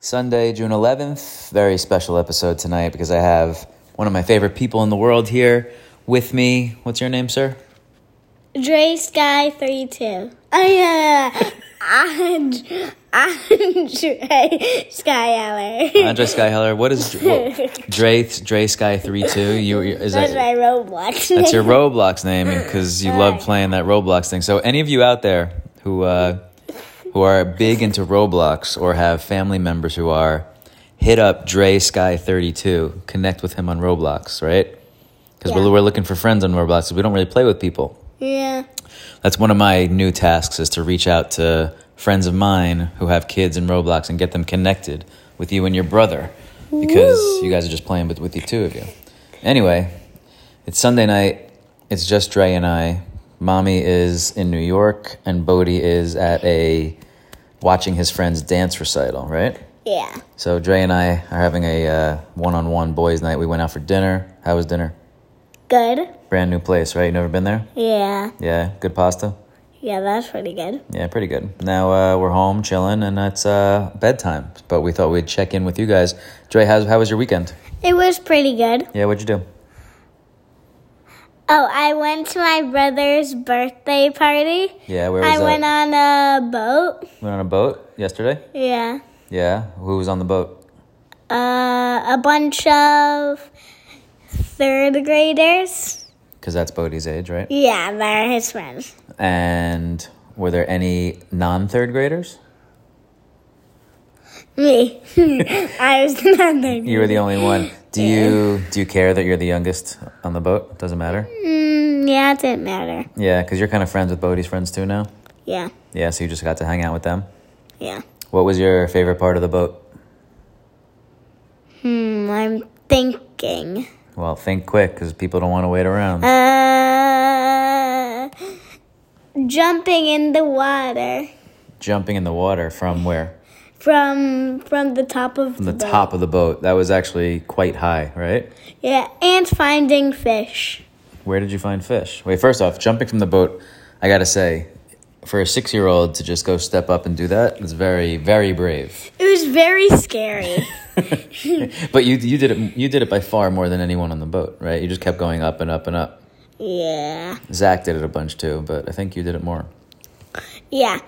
Sunday, June 11th. Very special episode tonight because I have one of my favorite people in the world here with me. What's your name, sir? Dre Sky 32. Oh, yeah. And, Andre Sky Hour. Andre Sky Heller. What is well, Dre Dre Sky 32? You is That's that my Roblox name. That's your Roblox name because you love playing that Roblox thing. So any of you out there who uh, who are big into Roblox or have family members who are, hit up Dre Sky 32. Connect with him on Roblox, right? Because Yeah. we're, we're looking for friends on Roblox. 'cause we don't really play with people. Yeah. That's one of my new tasks is to reach out to friends of mine who have kids in Roblox and get them connected with you and your brother because you guys are just playing with, with the two of you. Anyway, it's Sunday night. It's just Dre and I. Mommy is in New York and Bodhi is at a watching his friend's dance recital, right? Yeah. So Dre and I are having a uh, one-on-one boys night. We went out for dinner. How was dinner? Good. Brand new place, right? You never been there? Yeah. Yeah, good pasta. Yeah, that's pretty good. Yeah, pretty good. Now uh, we're home chilling, and it's uh, bedtime. But we thought we'd check in with you guys. Dre, how, how was your weekend? It was pretty good. Yeah, what'd you do? Oh, I went to my brother's birthday party. Yeah, where was I that? went on a boat. Went on a boat yesterday. Yeah. Yeah, who was on the boat? Uh, a bunch of third graders. Because that's Bodhi's age, right? Yeah, they're his friends. And were there any non-third graders? Me. I was the other. You were the only one. Do you do you care that you're the youngest on the boat? Doesn't matter. Mm, yeah, it didn't matter. Yeah, because you're kind of friends with Bodhi's friends too now. Yeah, Yeah, so you just got to hang out with them. yeah. What was your favorite part of the boat? Hmm, I'm thinking. Well, think quick because people don't want to wait around. Uh, jumping in the water Jumping in the water from where? from from the top of the boat. top of the boat. That was actually quite high, right? Yeah, and finding fish. Where did you find fish? Wait, first off, jumping from the boat, I gotta say, for a six year old to just go step up and do that is very, very brave. It was very scary. But you you did it you did it by far more than anyone on the boat, right? You just kept going up and up and up. yeah, Zach did it a bunch too, but I think you did it more. yeah,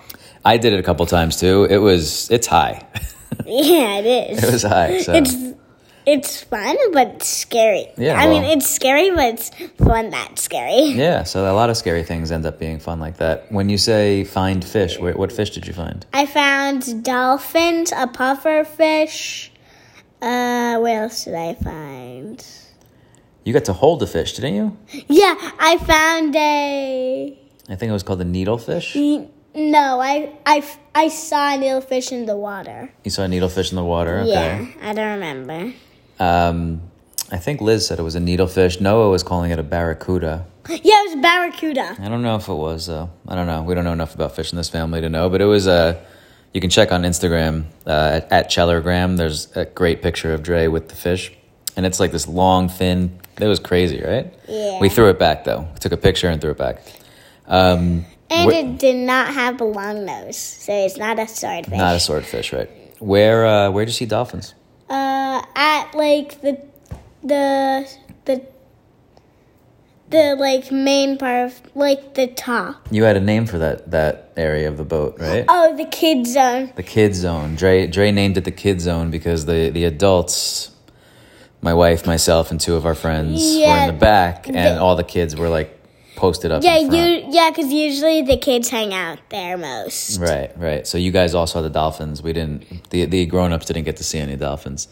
I did it a couple times too. It was it's high. yeah. It is. It was high. So It's it's fun, but it's scary. Yeah, I mean, well- it's scary, but it's fun. That's scary. yeah, so a lot of scary things end up being fun like that. When you say find fish, wh- what fish did you find? I found dolphins, a puffer fish. Uh, what else did I find? You got to hold a fish, didn't you? Yeah, I found a. I think it was called the needlefish. No, I, I, I saw a needlefish in the water. You saw a needlefish in the water. Yeah, Okay. I don't remember. Um, I think Liz said it was a needlefish. Noah was calling it a barracuda. Yeah, it was barracuda. I don't know if it was though. I don't know. We don't know enough about fish in this family to know, but it was Uh, you can check on Instagram uh, at, at Chellergram. There's a great picture of Dre with the fish, and it's like this long, thin. It was crazy, right? Yeah. We threw it back though. We took a picture and threw it back. Um, And wh- it did not have a long nose, so it's not a swordfish. not a swordfish, right? Where uh, where do you see dolphins? uh, at like the, the, the, the like main part of like the top. You had a name for that that area of the boat, right? Oh, the kids zone. The kid zone. Dre Dre named it the kid zone because the the adults, my wife, myself, and two of our friends were Yeah, in the back, and the- all the kids were like posted up. Yeah, in front. you yeah, because usually the kids hang out there most. Right, right. So you guys all saw the dolphins. We didn't. The the grown ups didn't get to see any dolphins.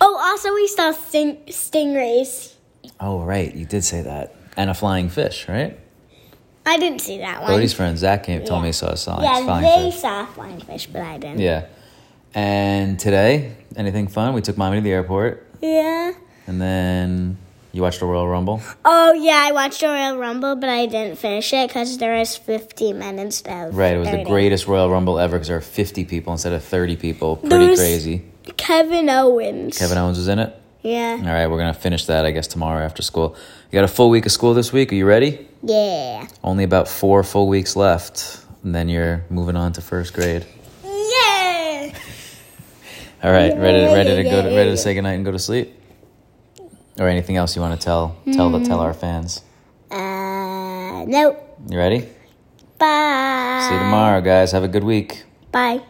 Oh, also we saw sting- stingrays. Oh, right. You did say that. And a flying fish, right? I didn't see that one. Bodhi's friend Zach came, told me Yeah. he saw a flying, yeah, flying they fish. saw flying fish, but I didn't. Yeah. And today, anything fun? We took mommy to the airport, Yeah. and then you watched the Royal Rumble. Oh yeah, I watched the Royal Rumble, but I didn't finish it because there was 15 minutes of Right, it was 30. the greatest Royal Rumble ever because there were 50 people instead of 30 people. Pretty was- crazy. Kevin Owens. Kevin Owens was in it. Yeah. All right, we're going to finish that, I guess, tomorrow after school. You got a full week of school this week. Are you ready? Yeah. Only about four full weeks left, and then you're moving on to first grade. Yeah. All right, ready, Yeah, ready to yeah, go, to, yeah, ready to yeah. say goodnight and go to sleep, or anything else you want to tell, tell the Hmm. tell our fans. Uh, nope. You ready? Bye. See you tomorrow, guys. Have a good week. Bye.